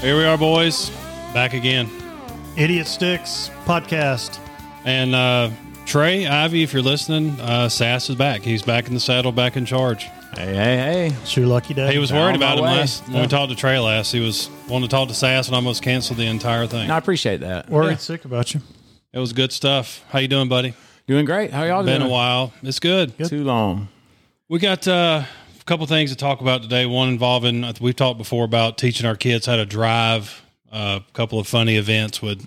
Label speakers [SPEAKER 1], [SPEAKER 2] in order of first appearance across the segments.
[SPEAKER 1] Here we are, boys, back again.
[SPEAKER 2] Idiot Sticks podcast.
[SPEAKER 1] And uh, Trey, Ivy, if you're listening, uh, Sass is back. He's back in the saddle, back in charge.
[SPEAKER 3] Hey, hey, hey.
[SPEAKER 2] It's your lucky day.
[SPEAKER 1] He was
[SPEAKER 3] They're
[SPEAKER 1] worried
[SPEAKER 3] on
[SPEAKER 1] about
[SPEAKER 3] my
[SPEAKER 1] him
[SPEAKER 3] way.
[SPEAKER 1] last when we
[SPEAKER 3] Yeah.
[SPEAKER 1] talked to Trey last. He was wanting to talk to Sass and almost canceled the entire thing.
[SPEAKER 3] No, I appreciate that.
[SPEAKER 2] worried
[SPEAKER 3] Yeah.
[SPEAKER 2] sick about you.
[SPEAKER 1] It was good stuff. How you doing, buddy?
[SPEAKER 3] Doing great. How y'all
[SPEAKER 1] Been
[SPEAKER 3] doing?
[SPEAKER 1] a while. It's good.
[SPEAKER 3] Too long.
[SPEAKER 1] We got uh, a couple things to talk about today. One involving uh, we've talked before about teaching our kids how to drive. Uh, a couple of funny events with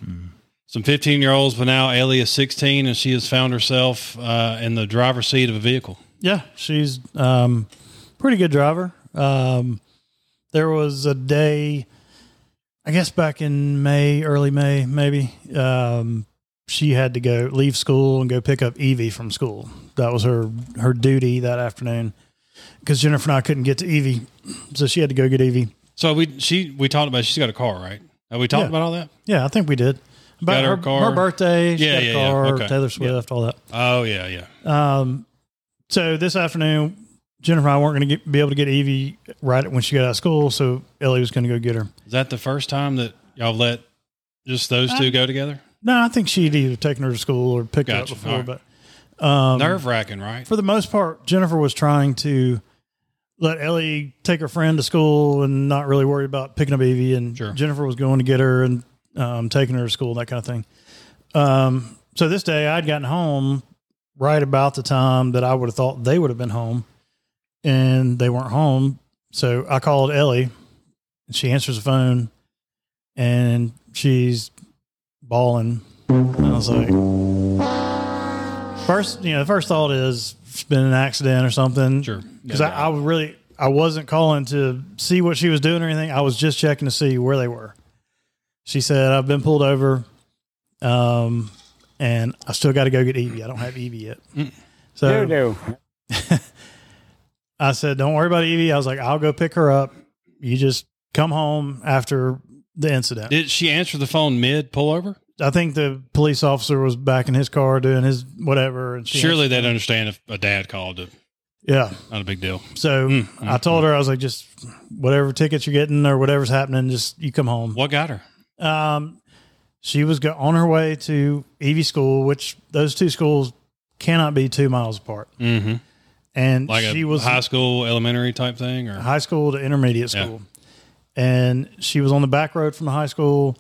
[SPEAKER 1] some 15 year olds, but now Ellie is 16 and she has found herself uh, in the driver's seat of a vehicle.
[SPEAKER 2] Yeah, she's um, pretty good driver. Um, there was a day, I guess back in May, early May, maybe. Um, she had to go leave school and go pick up Evie from school. That was her her duty that afternoon because Jennifer and I couldn't get to Evie, so she had to go get Evie.
[SPEAKER 1] So we she we talked about she's got a car, right? Have we talked
[SPEAKER 2] Yeah.
[SPEAKER 1] about all that?
[SPEAKER 2] Yeah, I think we did. About
[SPEAKER 1] Got her
[SPEAKER 2] her,
[SPEAKER 1] car.
[SPEAKER 2] her birthday, she
[SPEAKER 1] Yeah,
[SPEAKER 2] got a
[SPEAKER 1] yeah, yeah.
[SPEAKER 2] car,
[SPEAKER 1] Okay.
[SPEAKER 2] Taylor Swift, all that.
[SPEAKER 1] Oh yeah, yeah.
[SPEAKER 2] Um, so this afternoon, Jennifer and I weren't going to get, be able to get Evie right when she got out of school, so Ellie was going to go get her.
[SPEAKER 1] Is that the first time that y'all let just those two go together?
[SPEAKER 2] No, I think she'd either taken her to school or picked
[SPEAKER 1] Gotcha.
[SPEAKER 2] her
[SPEAKER 1] All
[SPEAKER 2] up
[SPEAKER 1] right.
[SPEAKER 2] before, Um,
[SPEAKER 1] Nerve wracking, right?
[SPEAKER 2] but for the most part, Jennifer was trying to let Ellie take her friend to school and not really worry about picking up Evie. And
[SPEAKER 1] Sure.
[SPEAKER 2] Jennifer was going to get her and um, taking her to school, that kind of thing. Um, so this day, I'd gotten home right about the time that I would have thought they would have been home, and they weren't home. So I called Ellie. and She answers the phone, and she's bawling. And I was like, First, you know, the first thought is it's been an accident or something.
[SPEAKER 1] Sure.
[SPEAKER 2] Because I, I was really, I wasn't calling to see what she was doing or anything. I was just checking to see where they were. She said, I've been pulled over. Um, and I still got to go get Evie. I don't have Evie yet. So I said, don't worry about Evie. I was like, I'll go pick her up. You just come home after the incident.
[SPEAKER 1] Did she answer the phone mid pullover?
[SPEAKER 2] I think the police officer was back in his car doing his whatever. And she
[SPEAKER 1] Surely they'd understand if a dad called it.
[SPEAKER 2] yeah.
[SPEAKER 1] Not a big deal.
[SPEAKER 2] So
[SPEAKER 1] Mm,
[SPEAKER 2] I told her I was like, just whatever tickets you're getting or whatever's happening, just you come home.
[SPEAKER 1] What got her?
[SPEAKER 2] Um, she was go- on her way to Evie school, which those two schools cannot be two miles apart,
[SPEAKER 1] Mm-hmm.
[SPEAKER 2] and
[SPEAKER 1] Like
[SPEAKER 2] she
[SPEAKER 1] a
[SPEAKER 2] was
[SPEAKER 1] high school, elementary type thing, or
[SPEAKER 2] high school to intermediate
[SPEAKER 1] Yeah.
[SPEAKER 2] school, and she was on the back road from the high school,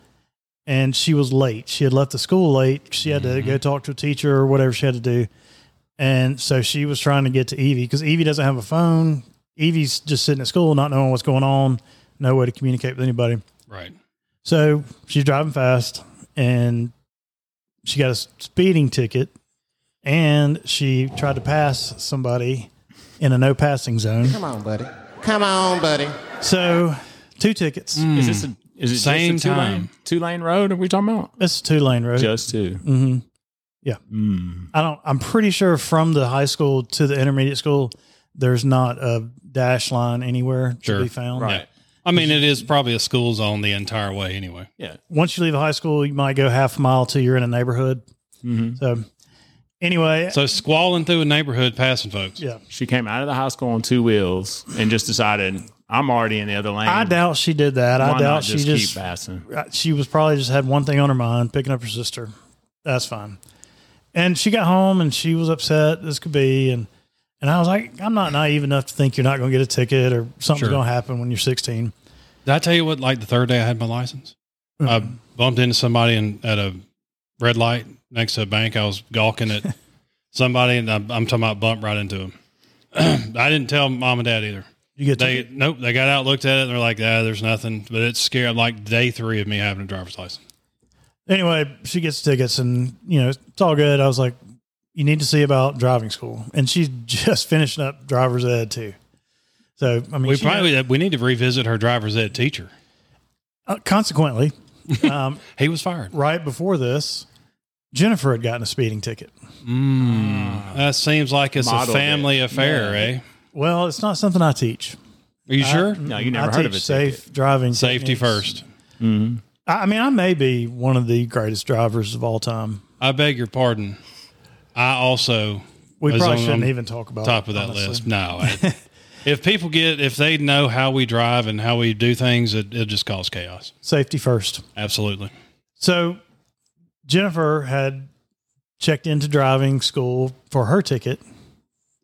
[SPEAKER 2] and she was late. She had left the school late. She had to go talk to a teacher or whatever she had to do, and so she was trying to get to Evie because Evie doesn't have a phone. Evie's just sitting at school, not knowing what's going on, no way to communicate with anybody.
[SPEAKER 1] right?
[SPEAKER 2] So she's driving fast and she got a speeding ticket and she tried to pass somebody in a no passing zone.
[SPEAKER 4] Come on, buddy. Come on, buddy.
[SPEAKER 2] So two tickets.
[SPEAKER 3] Is this a, is it just
[SPEAKER 1] Same
[SPEAKER 3] a two
[SPEAKER 1] time.
[SPEAKER 3] lane two lane road? Are we talking about
[SPEAKER 2] It's a two lane road.
[SPEAKER 3] just two?
[SPEAKER 2] hmm Yeah. I don't, I'm pretty sure from the high school to the intermediate school, there's not a dash line anywhere
[SPEAKER 1] Sure.
[SPEAKER 2] to be found.
[SPEAKER 1] Yeah. I mean, it is probably a school zone the entire way, anyway.
[SPEAKER 3] Yeah,
[SPEAKER 2] Once you leave high school, you might go half a mile till you're in a neighborhood.
[SPEAKER 3] Mm-hmm.
[SPEAKER 2] So anyway,
[SPEAKER 1] So squalling through a neighborhood, passing folks.
[SPEAKER 2] yeah.
[SPEAKER 3] she came out of the high school on two wheels and just decided I'm already in the other lane.
[SPEAKER 2] I doubt she did that.
[SPEAKER 3] Why
[SPEAKER 2] I doubt
[SPEAKER 3] not
[SPEAKER 2] she
[SPEAKER 3] just,
[SPEAKER 2] just
[SPEAKER 3] keep passing.
[SPEAKER 2] she was probably just had one thing on her mind, picking up her sister. That's fine. And she got home and she was upset as could be. And and I was like, I'm not naive enough to think you're not going to get a ticket or something's
[SPEAKER 1] Sure.
[SPEAKER 2] going to happen when you're 16.
[SPEAKER 1] Did I tell you what? Like the third day I had my license,
[SPEAKER 2] Hmm.
[SPEAKER 1] I bumped into somebody in, at a red light next to a bank. I was gawking at somebody, and I'm, I'm talking about bump right into him. I didn't tell mom and dad either.
[SPEAKER 2] You get
[SPEAKER 1] They
[SPEAKER 2] ticket.
[SPEAKER 1] nope. They got out, looked at it, and they're like, "Ah, there's nothing." But it's scared. Like day three of me having a driver's license.
[SPEAKER 2] anyway. She gets tickets and you know it's all good. I was like, you need to see about driving school. And she's just finishing up driver's ed too. So I mean,
[SPEAKER 1] We
[SPEAKER 2] she-
[SPEAKER 1] probably we need to revisit her driver's ed teacher.
[SPEAKER 2] uh, consequently, um,
[SPEAKER 1] He was fired.
[SPEAKER 2] right before this, Jennifer had gotten a speeding ticket.
[SPEAKER 1] That seems like it's a
[SPEAKER 3] Modeled it.
[SPEAKER 1] family affair,
[SPEAKER 3] Yeah.
[SPEAKER 1] eh?
[SPEAKER 2] Well, it's not something I teach.
[SPEAKER 1] Are you sure?
[SPEAKER 3] No, you
[SPEAKER 2] I
[SPEAKER 3] never heard
[SPEAKER 2] teach
[SPEAKER 3] of it.
[SPEAKER 2] safe driving.
[SPEAKER 1] Safety
[SPEAKER 2] techniques.
[SPEAKER 1] first.
[SPEAKER 2] I, I mean, I may be one of the greatest drivers of all time.
[SPEAKER 1] I beg your pardon. I also
[SPEAKER 2] We
[SPEAKER 1] was
[SPEAKER 2] probably
[SPEAKER 1] on-
[SPEAKER 2] shouldn't
[SPEAKER 1] on
[SPEAKER 2] even talk about
[SPEAKER 3] Oh,
[SPEAKER 1] top
[SPEAKER 2] it,
[SPEAKER 1] of that
[SPEAKER 2] honestly.
[SPEAKER 1] list. No, I, if people get if they know how we drive and how we do things, it, it just cause chaos.
[SPEAKER 2] Safety first.
[SPEAKER 1] Absolutely.
[SPEAKER 2] So Jennifer had checked into driving school for her ticket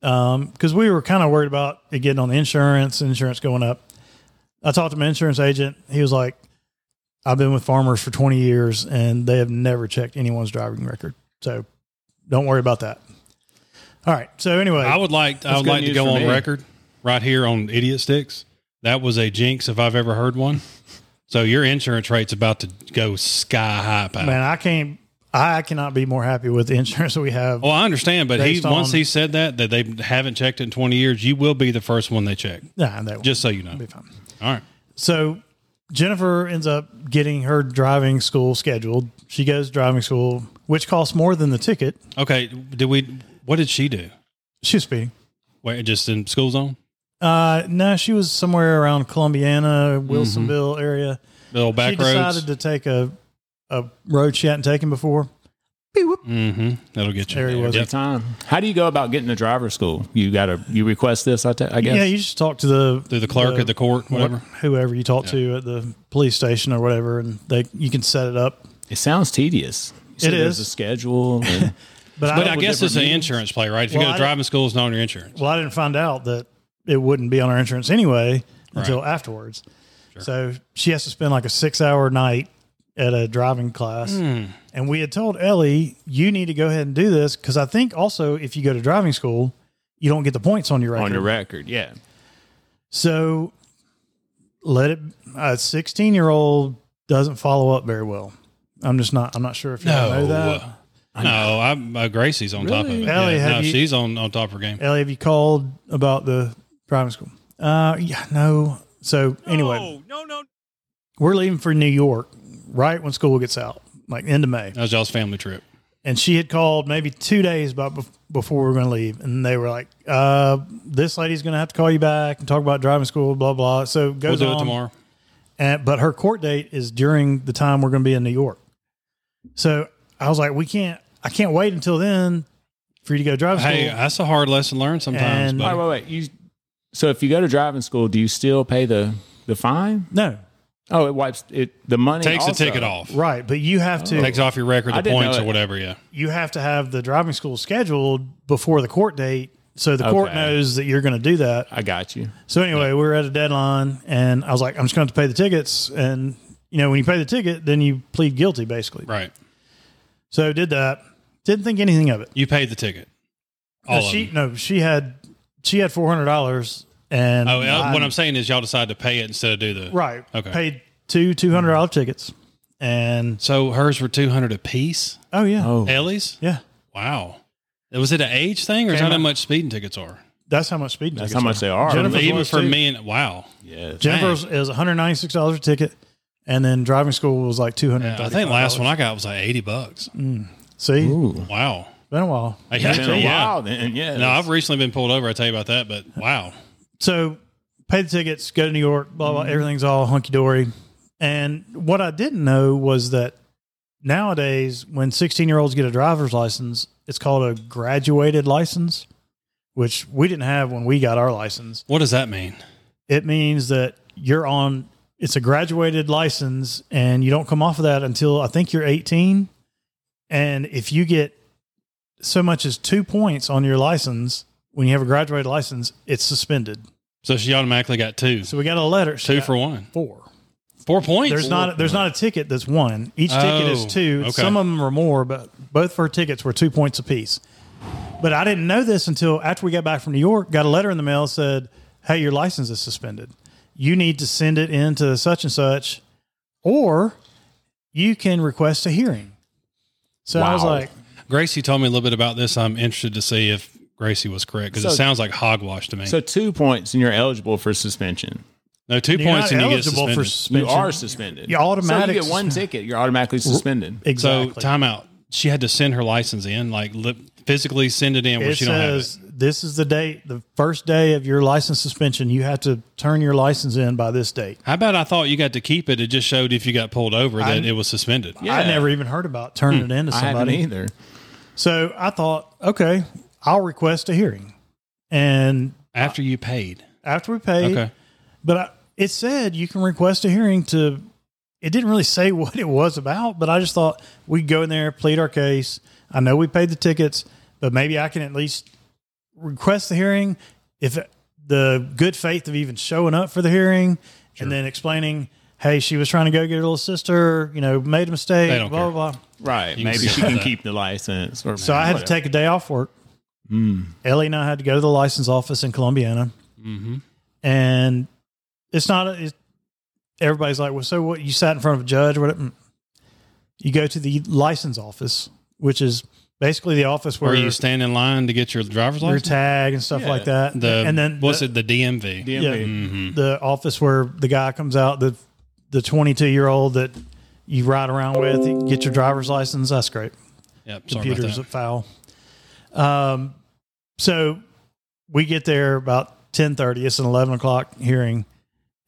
[SPEAKER 2] because we were kind of worried about it getting on the insurance, insurance going up. I talked to my insurance agent. He was like, I've been with farmers for 20 years and they have never checked anyone's driving record. So don't worry about that. All right. So, anyway,
[SPEAKER 1] I would like I would
[SPEAKER 3] good
[SPEAKER 1] like to
[SPEAKER 3] news
[SPEAKER 1] go
[SPEAKER 3] for
[SPEAKER 1] on
[SPEAKER 3] me.
[SPEAKER 1] record right here on Idiot Sticks. That was a jinx if I've ever heard one. So your insurance rate's about to go sky high. Pal.
[SPEAKER 2] man, I can't, I cannot be more happy with the insurance that we have.
[SPEAKER 1] Well, Oh, I understand, but he
[SPEAKER 2] Based on-
[SPEAKER 1] once he said that that they haven't checked in twenty years, you will be the first one they check.
[SPEAKER 2] Nah, that won't
[SPEAKER 1] Just so you know.
[SPEAKER 2] be fine.
[SPEAKER 1] All right.
[SPEAKER 2] so Jennifer ends up getting her driving school scheduled. She goes to driving school, which costs more than the ticket.
[SPEAKER 1] Okay. Did we? What did she do?
[SPEAKER 2] She's speeding.
[SPEAKER 1] Wait, just in school zone,
[SPEAKER 2] Uh, no, she was somewhere around Columbiana, Wilsonville area.
[SPEAKER 1] the old Mm-hmm. back
[SPEAKER 2] she
[SPEAKER 1] roads.
[SPEAKER 2] decided to take a a road she hadn't taken before. Beep, whoop.
[SPEAKER 1] hmm That'll get you.
[SPEAKER 2] There he was.
[SPEAKER 1] Yep.
[SPEAKER 3] Every time. How do you go about getting to driver's school? You got to you request this. I, ta- I guess.
[SPEAKER 2] Yeah, you just talk to the
[SPEAKER 1] Through the clerk at the court, whatever.
[SPEAKER 2] whoever you talk to at the police station or whatever, and they you can set it up.
[SPEAKER 3] it sounds tedious. You said
[SPEAKER 2] It
[SPEAKER 3] there's
[SPEAKER 2] is.
[SPEAKER 3] a schedule. and-
[SPEAKER 1] But I
[SPEAKER 2] don't-
[SPEAKER 1] guess it's an
[SPEAKER 3] different
[SPEAKER 1] insurance play, right? If you
[SPEAKER 2] Well,
[SPEAKER 1] go
[SPEAKER 2] I
[SPEAKER 1] to
[SPEAKER 2] don't-
[SPEAKER 1] driving school, it's not on your insurance.
[SPEAKER 2] Well, I didn't find out that it wouldn't be on our insurance anyway until afterwards. So she has to spend like a six hour night at a driving class. And we had told Ellie, you need to go ahead and do this because I think also if you go to driving school, you don't get the points on your record.
[SPEAKER 3] on your record, yeah.
[SPEAKER 2] so let it. A sixteen year old doesn't follow up very well. I'm just not. I'm not sure if you all know that.
[SPEAKER 1] No, I'm uh, Gracie's on top of it.
[SPEAKER 2] Ellie,
[SPEAKER 1] yeah.
[SPEAKER 2] have
[SPEAKER 1] No,
[SPEAKER 2] you-
[SPEAKER 1] she's on, on top of her game.
[SPEAKER 2] Ellie, have you called about the driving school? Uh, yeah, no. So anyway,
[SPEAKER 5] no, no.
[SPEAKER 2] we're leaving for New York right when school gets out, like end of May.
[SPEAKER 1] That was y'all's family trip.
[SPEAKER 2] And she had called maybe two days about bef- before we were going to leave, and they were like, uh, "This lady's going to have to call you back and talk about driving school, blah blah." So it
[SPEAKER 1] We'll
[SPEAKER 2] goes
[SPEAKER 1] do
[SPEAKER 2] on,
[SPEAKER 1] it tomorrow.
[SPEAKER 2] And, but her court date is during the time we're going to be in New York. So I was like, "We can't. I can't wait until then for you to go drive school."
[SPEAKER 1] Hey, that's a hard lesson learned sometimes.
[SPEAKER 2] And-
[SPEAKER 1] buddy.
[SPEAKER 3] Wait, wait, wait. You, so if you go to driving school, do you still pay the the fine?
[SPEAKER 2] no,
[SPEAKER 3] Oh, it wipes it. The money
[SPEAKER 1] takes the
[SPEAKER 3] also.
[SPEAKER 1] ticket off.
[SPEAKER 2] right? But you have to.
[SPEAKER 1] Takes off your record,
[SPEAKER 3] I
[SPEAKER 1] the
[SPEAKER 3] didn't know
[SPEAKER 1] points or
[SPEAKER 3] it.
[SPEAKER 1] whatever. Yeah.
[SPEAKER 2] you have to have the driving school scheduled before the court date, so the court
[SPEAKER 3] Okay.
[SPEAKER 2] knows that you're going to do that.
[SPEAKER 3] I got you.
[SPEAKER 2] So anyway, we were at a deadline, and I was like, I'm just going to pay the tickets. And you know, when you pay the ticket, then you plead guilty, basically.
[SPEAKER 1] Right.
[SPEAKER 2] So did that. Didn't think anything of it.
[SPEAKER 1] You paid the ticket. All
[SPEAKER 2] No,
[SPEAKER 1] of
[SPEAKER 2] she
[SPEAKER 1] them.
[SPEAKER 2] no, she had she had four hundred dollars, and
[SPEAKER 1] Oh, uh,
[SPEAKER 2] I-
[SPEAKER 1] what I'm saying is y'all decide to pay it instead of do the
[SPEAKER 2] right.
[SPEAKER 1] Okay.
[SPEAKER 2] paid two two hundred dollar tickets, and
[SPEAKER 1] So hers were 200 apiece.
[SPEAKER 2] oh yeah,
[SPEAKER 3] Oh,
[SPEAKER 1] Ellie's.
[SPEAKER 2] yeah,
[SPEAKER 1] Wow. Was it an age thing, or is
[SPEAKER 2] Came
[SPEAKER 1] that how
[SPEAKER 2] out-
[SPEAKER 1] much speeding tickets are?
[SPEAKER 2] that's how much speed.
[SPEAKER 3] that's how much they are.
[SPEAKER 2] Jennifer- Jennifer's
[SPEAKER 1] Even
[SPEAKER 2] was
[SPEAKER 1] for
[SPEAKER 2] too.
[SPEAKER 1] me and wow,
[SPEAKER 3] yes.
[SPEAKER 2] Jennifer's is one hundred ninety six dollars a ticket, and then driving school was like two hundred.
[SPEAKER 1] I think last one I got was like 80 bucks.
[SPEAKER 2] Mm. See,
[SPEAKER 3] Ooh.
[SPEAKER 1] Wow.
[SPEAKER 2] been a while.
[SPEAKER 3] It's been a
[SPEAKER 1] Yeah.
[SPEAKER 3] while then. Yeah.
[SPEAKER 1] No, I've recently been pulled over. I tell you about that, but wow.
[SPEAKER 2] so pay the tickets, go to New York, blah
[SPEAKER 1] Mm-hmm.
[SPEAKER 2] blah. Everything's all hunky dory. And what I didn't know was that nowadays, when sixteen year olds get a driver's license, it's called a graduated license, which we didn't have when we got our license.
[SPEAKER 1] What does that mean?
[SPEAKER 2] It means that you're on. It's a graduated license, and you don't come off of that until I think you're eighteen. And if you get so much as two points on your license when you have a graduated license, it's suspended.
[SPEAKER 1] So she automatically got two.
[SPEAKER 2] So we got a letter.
[SPEAKER 1] two
[SPEAKER 2] She
[SPEAKER 1] for one.
[SPEAKER 2] got four.
[SPEAKER 1] Four points.
[SPEAKER 2] There's not there's not a ticket that's one. Each ticket is
[SPEAKER 1] Oh,
[SPEAKER 2] two.
[SPEAKER 1] okay.
[SPEAKER 2] Some of them are more, but both of her tickets were two points apiece. But I didn't know this until after we got back from New York. Got a letter in the mail that said, "Hey, your license is suspended. You need to send it in to such and such, or you can request a hearing." So I was
[SPEAKER 3] Wow.
[SPEAKER 2] like,
[SPEAKER 1] Gracie told me a little bit about this. I'm interested to see if Gracie was correct because it
[SPEAKER 3] So-
[SPEAKER 1] sounds like hogwash to me.
[SPEAKER 3] So two points and you're eligible for suspension.
[SPEAKER 1] no, 2
[SPEAKER 2] "You're
[SPEAKER 1] points
[SPEAKER 2] not
[SPEAKER 1] and you get
[SPEAKER 2] eligible for
[SPEAKER 1] suspended.
[SPEAKER 2] suspension."
[SPEAKER 3] You are suspended.
[SPEAKER 2] You automatic-
[SPEAKER 3] So you get one ticket. You're automatically suspended.
[SPEAKER 1] so
[SPEAKER 2] exactly.
[SPEAKER 1] timeout. She had to send her license in, like li- physically send it in where
[SPEAKER 2] it
[SPEAKER 1] she don't have it.
[SPEAKER 2] says this is the date, the first day of your license suspension. You have to turn your license in by this date.
[SPEAKER 1] How about I thought you got to keep it? It just showed if you got pulled over that it was suspended.
[SPEAKER 2] I never even heard about turning
[SPEAKER 1] Hmm.
[SPEAKER 2] it into
[SPEAKER 3] I haven't
[SPEAKER 2] somebody.
[SPEAKER 3] either.
[SPEAKER 2] so I thought, okay, I'll request a hearing. And
[SPEAKER 1] After you paid.
[SPEAKER 2] after we paid.
[SPEAKER 1] Okay.
[SPEAKER 2] But I, it said you can request a hearing to. It didn't really say what it was about, but I just thought we'd go in there, plead our case. I know we paid the tickets, but maybe I can at least request the hearing if it- the good faith of even showing up for the hearing and then explaining, hey, she was trying to go get her little sister, you know, made a mistake,
[SPEAKER 1] They don't
[SPEAKER 2] blah,
[SPEAKER 1] care.
[SPEAKER 2] blah, blah.
[SPEAKER 3] Right.
[SPEAKER 1] You can
[SPEAKER 3] Maybe
[SPEAKER 1] see
[SPEAKER 3] she
[SPEAKER 1] all
[SPEAKER 3] can
[SPEAKER 1] that.
[SPEAKER 3] keep the license. Or
[SPEAKER 2] So I had to take a day off work.
[SPEAKER 1] Mm.
[SPEAKER 2] Ellie and I had to go to the license office in Columbiana,
[SPEAKER 1] Mm-hmm.
[SPEAKER 2] and it's not. It, everybody's like, "Well, so what? You sat in front of a judge? What? mm." You go to the license office, which is basically the office where
[SPEAKER 1] Where
[SPEAKER 2] you
[SPEAKER 1] you stand in line to get your driver's
[SPEAKER 2] your
[SPEAKER 1] license?
[SPEAKER 2] tag and stuff
[SPEAKER 3] Yeah.
[SPEAKER 2] like that.
[SPEAKER 1] the
[SPEAKER 2] and then
[SPEAKER 1] what's
[SPEAKER 2] the,
[SPEAKER 1] it? The DMV.
[SPEAKER 3] DMV.
[SPEAKER 2] yeah.
[SPEAKER 1] Mm-hmm.
[SPEAKER 2] the office where the guy comes out the the twenty two year old that you ride around with, you get your driver's license. That's great.
[SPEAKER 1] Yep. Sorry about
[SPEAKER 2] computers
[SPEAKER 1] that.
[SPEAKER 2] at foul. Um, so we get there about ten thirty. It's an eleven o'clock hearing,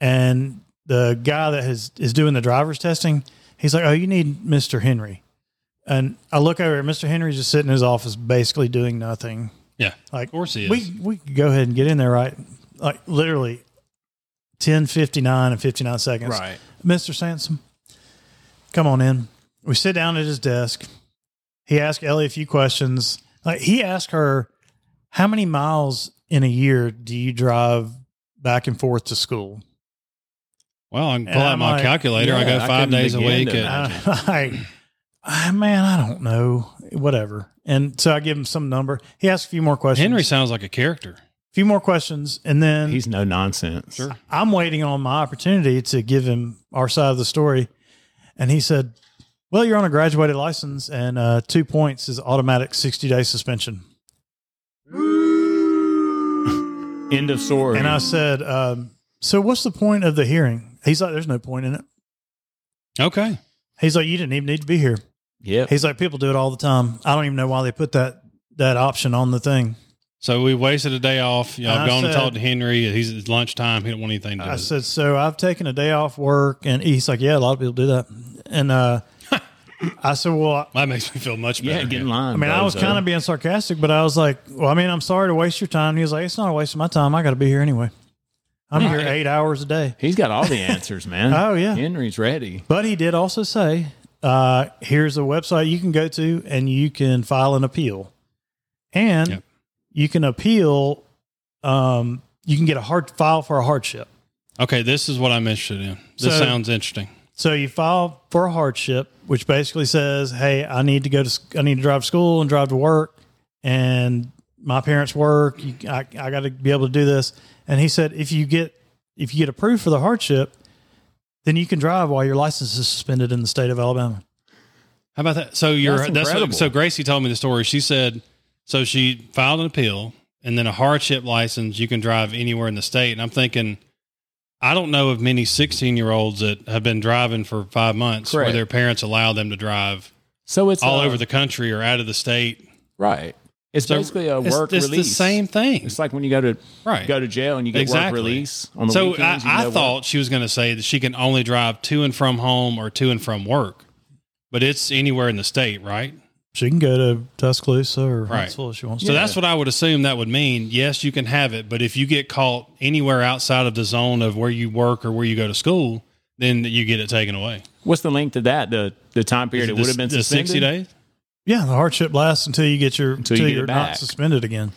[SPEAKER 2] and the guy that has is doing the driver's testing, he's like, "Oh, you need Mister Henry," and I look over at Mister Henry's just sitting in his office, basically doing nothing.
[SPEAKER 1] Yeah.
[SPEAKER 2] Like
[SPEAKER 1] Of course he is.
[SPEAKER 2] we we could go ahead and get in there, right? Like literally. 1059 and 59 seconds.
[SPEAKER 3] Right.
[SPEAKER 2] Mr. Sansom, come on in. We sit down at his desk. He asked Ellie a few questions. Like he asked her, how many miles in a year do you drive back and forth to school?
[SPEAKER 1] well, I can pull
[SPEAKER 2] And
[SPEAKER 1] out
[SPEAKER 2] I'm
[SPEAKER 1] my
[SPEAKER 2] like,
[SPEAKER 1] calculator. I
[SPEAKER 3] yeah,
[SPEAKER 1] go
[SPEAKER 3] I
[SPEAKER 1] five
[SPEAKER 3] couldn't
[SPEAKER 1] days a
[SPEAKER 3] begin
[SPEAKER 1] week.
[SPEAKER 3] to
[SPEAKER 1] and-
[SPEAKER 2] And I'm like, "Ah, man, I don't know. Whatever. And so I give him some number. He asked a few more questions.
[SPEAKER 1] Henry
[SPEAKER 2] a
[SPEAKER 1] sounds like a character.
[SPEAKER 2] few more questions, and then
[SPEAKER 3] He's no nonsense. Sure.
[SPEAKER 2] I'm waiting on my opportunity to give him our side of the story. And he said, Well, you're on a graduated license, and uh, two points is automatic 60 day suspension.
[SPEAKER 3] End of story.
[SPEAKER 2] And I said, um, So what's the point of the hearing? He's like, There's no point in it.
[SPEAKER 1] Okay.
[SPEAKER 2] He's like, You didn't even need to be here.
[SPEAKER 3] yep.
[SPEAKER 2] He's like, People do it all the time. I don't even know why they put that that option on the thing.
[SPEAKER 1] So we wasted a day off. You know,
[SPEAKER 2] And
[SPEAKER 1] I've
[SPEAKER 2] I
[SPEAKER 1] gone and
[SPEAKER 2] said-
[SPEAKER 1] talked to Henry. He's it's lunchtime. He don't want anything to do
[SPEAKER 2] I
[SPEAKER 1] with it.
[SPEAKER 2] said, So I've taken a day off work. And he's like, Yeah, a lot of people do that. And uh, I said, Well,
[SPEAKER 1] That makes me feel much better.
[SPEAKER 3] Yeah, get in line.
[SPEAKER 2] I mean, I was
[SPEAKER 3] bozo.
[SPEAKER 2] kind of being sarcastic, but I was like, "Well, I mean, I'm sorry to waste your time." He was like, "It's not a waste of my time. I got to be here anyway. I'm here eight hours a day."
[SPEAKER 3] He's got all the answers, man.
[SPEAKER 2] Oh, yeah.
[SPEAKER 3] Henry's ready.
[SPEAKER 2] But he did also say, uh, "Here's a website you can go to, and you can file an appeal, and
[SPEAKER 1] Yep.
[SPEAKER 2] you can appeal. Um, you can get a hard file for a hardship.
[SPEAKER 1] Okay, this is what I'm interested in. This
[SPEAKER 2] So-
[SPEAKER 1] sounds interesting.
[SPEAKER 2] So you file for a hardship, which basically says, "Hey, I need to go to sc- I need to drive to school and drive to work, and my parents work. You, I, I got to be able to do this." And he said, "If you get if you get approved for the hardship, then you can drive while your license is suspended in the state of Alabama."
[SPEAKER 1] How about that? So you're
[SPEAKER 3] That's
[SPEAKER 1] that's, what,
[SPEAKER 3] incredible.
[SPEAKER 1] so Gracie told me the story. She said so she filed an appeal and then a hardship license you can drive anywhere in the state. And I'm thinking I don't know of many 16 year olds that have been driving for five months where
[SPEAKER 3] Correct.
[SPEAKER 1] their parents allow them to drive
[SPEAKER 3] So it's
[SPEAKER 1] all
[SPEAKER 3] uh,
[SPEAKER 1] over the country or out of the state.
[SPEAKER 3] right. It's
[SPEAKER 1] So
[SPEAKER 3] basically a
[SPEAKER 1] it's,
[SPEAKER 3] work
[SPEAKER 1] it's
[SPEAKER 3] release.
[SPEAKER 1] the same thing,
[SPEAKER 3] It's like when you go to
[SPEAKER 1] right?
[SPEAKER 3] go to jail and you get
[SPEAKER 1] Exactly.
[SPEAKER 3] work release on the
[SPEAKER 1] so
[SPEAKER 3] weekends. you
[SPEAKER 1] I, I
[SPEAKER 3] know what?
[SPEAKER 1] thought she was going to say that she can only drive to and from home or to and from work, but it's anywhere in the state, right?
[SPEAKER 2] She can go to Tuscaloosa or
[SPEAKER 1] Right.
[SPEAKER 2] Huntsville if she wants
[SPEAKER 1] So
[SPEAKER 2] to.
[SPEAKER 1] that's what I would assume that would mean. Yes, you can have it, but if you get caught anywhere outside of the zone of where you work or where you go to school, then you get it taken away.
[SPEAKER 3] what's the length of that? The the time period it would have been
[SPEAKER 1] the
[SPEAKER 3] suspended?
[SPEAKER 1] sixty days.
[SPEAKER 2] Yeah, the hardship lasts until you get your until,
[SPEAKER 3] you get it
[SPEAKER 2] you are
[SPEAKER 3] back.
[SPEAKER 2] not suspended again.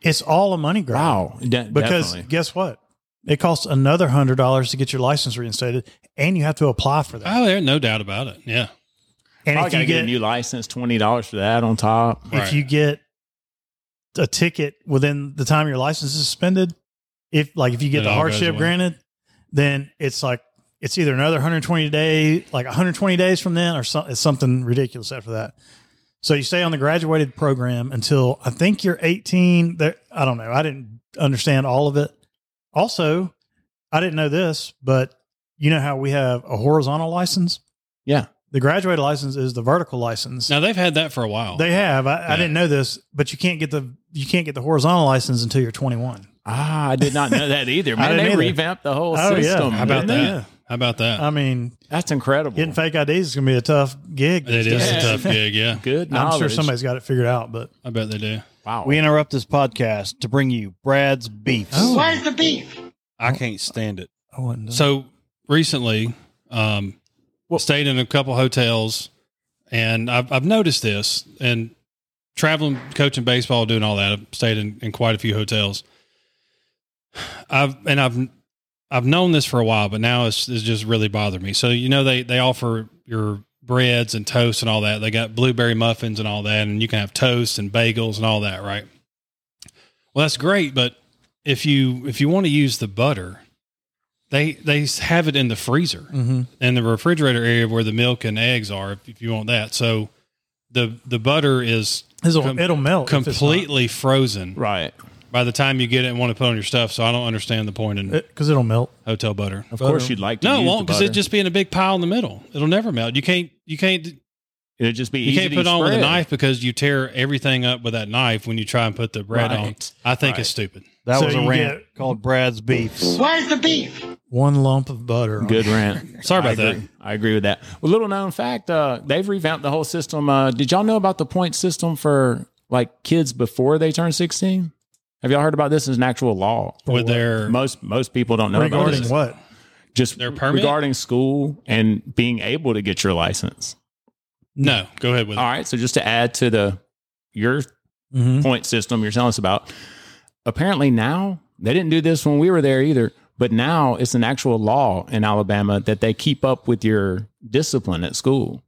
[SPEAKER 2] It's all a money grab.
[SPEAKER 3] Wow, De-
[SPEAKER 2] Because
[SPEAKER 3] definitely.
[SPEAKER 2] guess what? It costs another hundred dollars to get your license reinstated, and you have to apply for that.
[SPEAKER 1] Oh, there, no doubt about it. Yeah,
[SPEAKER 2] and
[SPEAKER 3] Probably
[SPEAKER 2] if
[SPEAKER 3] gotta
[SPEAKER 2] you
[SPEAKER 3] get a
[SPEAKER 2] get,
[SPEAKER 3] new license, twenty dollars for that on top.
[SPEAKER 2] if
[SPEAKER 1] Right.
[SPEAKER 2] you get a ticket within the time your license is suspended, if like if you get
[SPEAKER 1] It
[SPEAKER 2] the
[SPEAKER 1] all goes
[SPEAKER 2] hardship
[SPEAKER 1] away.
[SPEAKER 2] granted, then it's like it's either another 120 day, like 120 days from then, or so, it's something ridiculous after that. So you stay on the graduated program until I think you're 18. There, I don't know. I didn't understand all of it. Also, I didn't know this, but you know how we have a horizontal license.
[SPEAKER 3] Yeah.
[SPEAKER 2] The graduated license is the vertical license.
[SPEAKER 1] now they've had that for a while.
[SPEAKER 2] They have. I,
[SPEAKER 1] Yeah.
[SPEAKER 2] I didn't know this, but you can't get the you can't get the horizontal license until you're 21.
[SPEAKER 3] Ah, I did not know that either. Man,
[SPEAKER 2] didn't
[SPEAKER 3] they
[SPEAKER 2] either.
[SPEAKER 3] revamped the whole
[SPEAKER 2] Oh, yeah. Uh,
[SPEAKER 3] system.
[SPEAKER 1] How about
[SPEAKER 3] didn't they?
[SPEAKER 1] that? How about that?
[SPEAKER 2] I mean,
[SPEAKER 3] That's incredible.
[SPEAKER 2] getting fake IDs is going to be a tough gig.
[SPEAKER 1] it
[SPEAKER 2] these
[SPEAKER 1] is
[SPEAKER 2] days.
[SPEAKER 1] a tough gig. Yeah,
[SPEAKER 3] Good
[SPEAKER 2] I'm
[SPEAKER 3] knowledge.
[SPEAKER 2] sure somebody's got it figured out, but
[SPEAKER 1] I bet they do.
[SPEAKER 3] Wow.
[SPEAKER 5] We interrupt this podcast to bring you Brad's Beefs.
[SPEAKER 2] Oh.
[SPEAKER 4] Where's the beef?
[SPEAKER 1] I can't stand it.
[SPEAKER 2] I wouldn't.
[SPEAKER 1] So recently, um, stayed in a couple hotels, and I've, I've noticed this. And traveling, coaching baseball, doing all that, I've stayed in, in quite a few hotels. I've and I've I've known this for a while, but now it's, it's just really bothered me. So you know they they offer your breads and toast and all that. They got blueberry muffins and all that, and you can have toast and bagels and all that, right? Well, that's great, but if you if you want to use the butter, they they have it in the freezer
[SPEAKER 2] mm-hmm.
[SPEAKER 1] in the refrigerator area where the milk and eggs are, if, if you want that. So the the butter is
[SPEAKER 2] it'll,
[SPEAKER 1] com-
[SPEAKER 2] it'll melt if it's not-
[SPEAKER 1] completely frozen
[SPEAKER 3] right.
[SPEAKER 1] by the time you get it and want to put on your stuff. So I don't understand the point in
[SPEAKER 2] it- 'cause it'll melt.
[SPEAKER 1] hotel butter.
[SPEAKER 3] Of
[SPEAKER 2] Butter.
[SPEAKER 3] course, you'd like to.
[SPEAKER 1] No, it
[SPEAKER 3] use
[SPEAKER 1] won't
[SPEAKER 3] the
[SPEAKER 1] because it'd
[SPEAKER 3] butter.
[SPEAKER 1] just be in a big pile in the middle. It'll never melt. You can't you can't
[SPEAKER 3] it'd just be
[SPEAKER 1] you
[SPEAKER 3] easy
[SPEAKER 1] can't
[SPEAKER 3] to
[SPEAKER 1] put it on with a
[SPEAKER 3] spread.
[SPEAKER 1] knife because you tear everything up with that knife when you try and put the bread on.
[SPEAKER 3] Right.
[SPEAKER 1] I think
[SPEAKER 3] Right.
[SPEAKER 1] it's stupid.
[SPEAKER 5] That
[SPEAKER 2] So
[SPEAKER 5] was a
[SPEAKER 2] you
[SPEAKER 5] rant
[SPEAKER 2] get-
[SPEAKER 5] called Brad's Beefs.
[SPEAKER 4] Where's the beef?
[SPEAKER 2] One lump of butter. on
[SPEAKER 3] Good rant.
[SPEAKER 1] Sorry about
[SPEAKER 3] I
[SPEAKER 1] that.
[SPEAKER 3] agree. I agree with that. Well, little known fact, uh, they've revamped the whole system. Uh, did y'all know about the point system for like kids before they turn sixteen? Have y'all heard about this? It's an actual law.
[SPEAKER 1] With their
[SPEAKER 3] Most most people don't know about
[SPEAKER 2] Regarding
[SPEAKER 3] this.
[SPEAKER 2] what?
[SPEAKER 3] Just
[SPEAKER 1] Their permit?
[SPEAKER 3] regarding school and being able to get your license.
[SPEAKER 1] no, go ahead with
[SPEAKER 3] All
[SPEAKER 1] it.
[SPEAKER 3] right. So just to add to the your
[SPEAKER 2] Mm-hmm.
[SPEAKER 3] point system you're telling us about. Apparently now they didn't do this when we were there either, but now it's an actual law in Alabama that they keep up with your discipline at school.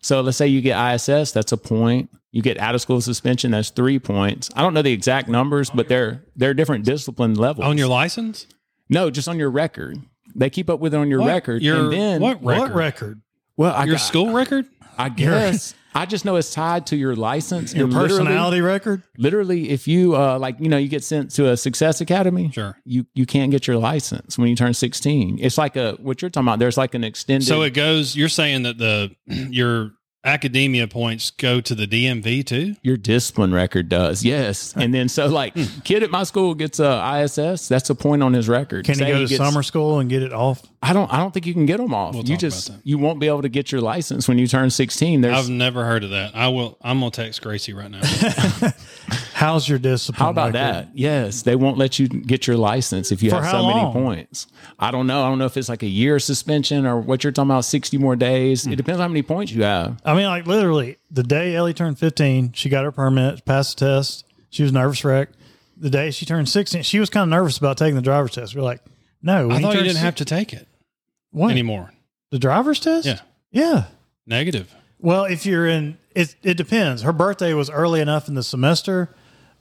[SPEAKER 3] So let's say you get ISS, that's a point. You get out of school suspension, that's three points. I don't know the exact numbers, but they're they're different discipline levels.
[SPEAKER 1] on your license.
[SPEAKER 3] no, just on your record. They keep up with it on your
[SPEAKER 1] What?
[SPEAKER 3] record.
[SPEAKER 1] Your,
[SPEAKER 3] and then
[SPEAKER 1] what record?
[SPEAKER 2] What record?
[SPEAKER 3] well I,
[SPEAKER 1] Your
[SPEAKER 3] got-
[SPEAKER 1] school record?
[SPEAKER 3] I guess I just know it's tied to your license.
[SPEAKER 2] Your
[SPEAKER 3] and literally-
[SPEAKER 2] personality record?
[SPEAKER 3] literally if you uh like you know you get sent to a success academy
[SPEAKER 1] Sure.
[SPEAKER 3] you you can't get your license when you turn 16 it's like a what you're talking about there's like an extended
[SPEAKER 1] So it goes. You're saying that the your academia points go to the DMV too.
[SPEAKER 3] your discipline record does yes and then so like
[SPEAKER 1] Hmm.
[SPEAKER 3] kid at my school gets a iss that's a point on his record
[SPEAKER 2] Can
[SPEAKER 3] Say
[SPEAKER 2] you go to
[SPEAKER 3] gets-
[SPEAKER 2] summer school and get it off?
[SPEAKER 3] i don't i don't think you can get them off
[SPEAKER 1] We'll
[SPEAKER 3] you
[SPEAKER 1] talk about
[SPEAKER 3] just
[SPEAKER 1] that.
[SPEAKER 3] you won't be able to get your license when you turn 16 there's
[SPEAKER 1] I've never heard of that. I will. I'm gonna text Gracie right now.
[SPEAKER 2] How's your discipline?
[SPEAKER 3] How about
[SPEAKER 2] record?
[SPEAKER 3] that? Yes, they won't let you get your license if you
[SPEAKER 2] For
[SPEAKER 3] have so
[SPEAKER 2] how long?
[SPEAKER 3] many points. I don't know. I don't know if it's like a year suspension or what you're talking about, 60 more days.
[SPEAKER 2] Mm.
[SPEAKER 3] It depends how many points you have.
[SPEAKER 2] I mean, like literally, the day Ellie turned 15, she got her permit, passed the test. She was nervous wreck. The day she turned 16, she was kind of nervous about taking the driver's test. We are like, no,
[SPEAKER 1] I thought you didn't have to take it
[SPEAKER 2] what?
[SPEAKER 1] anymore.
[SPEAKER 2] the driver's test.
[SPEAKER 1] Yeah.
[SPEAKER 2] yeah.
[SPEAKER 1] Negative.
[SPEAKER 2] Well, if you're in, it it depends. Her birthday was early enough in the semester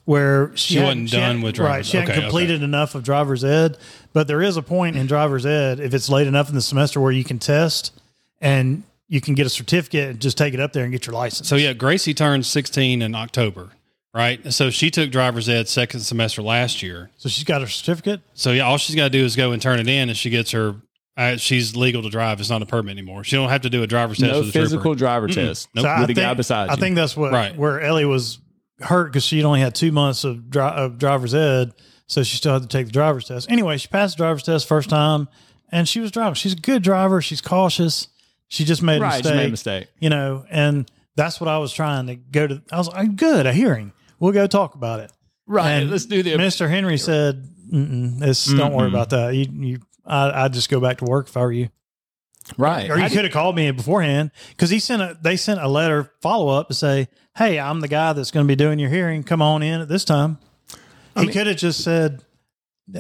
[SPEAKER 2] where she,
[SPEAKER 1] She
[SPEAKER 2] hadn't-
[SPEAKER 1] wasn't
[SPEAKER 2] hadn't-
[SPEAKER 1] done with
[SPEAKER 2] Right,
[SPEAKER 1] driver's-
[SPEAKER 2] she hadn't
[SPEAKER 1] okay,
[SPEAKER 2] completed enough of driver's ed, but there is a point in driver's ed if it's late enough in the semester where you can test and you can get a certificate and just take it up there and get your license.
[SPEAKER 1] So yeah, Gracie turned 16 in October, right? So she took driver's ed second semester last year.
[SPEAKER 2] So she's got her certificate.
[SPEAKER 1] So yeah, all she's got to do is go and turn it in, and she gets her. Uh, she's legal to drive. It's not a permit anymore. She don't have to do a driver's test.
[SPEAKER 3] No
[SPEAKER 1] with a trooper.
[SPEAKER 3] physical driver test
[SPEAKER 2] So
[SPEAKER 3] with the guy beside you.
[SPEAKER 2] I think that's what
[SPEAKER 1] Right.
[SPEAKER 2] where Ellie was hurt because she only had two months of, dri- of driver's ed, so she still had to take the driver's test. Anyway, she passed the driver's test first time, and she was driving. She's a good driver. She's cautious. She just made a
[SPEAKER 3] right,
[SPEAKER 2] mistake.
[SPEAKER 3] you made a mistake.
[SPEAKER 2] You know, and that's what I was trying to go to. I was like, good, a hearing. We'll go talk about it.
[SPEAKER 3] Right,
[SPEAKER 2] And
[SPEAKER 3] let's do the
[SPEAKER 2] Minister Henry said, Mm-mm, it's, don't worry
[SPEAKER 3] Mm-mm.
[SPEAKER 2] about that. You, you, I, I'd just go back to work if I were you.
[SPEAKER 3] right.
[SPEAKER 2] Or
[SPEAKER 3] How
[SPEAKER 2] you
[SPEAKER 3] do-
[SPEAKER 2] could have called me beforehand because he sent a they sent a letter follow up to say, "Hey, I'm the guy that's going to be doing your hearing. Come on in at this time." he could have just said,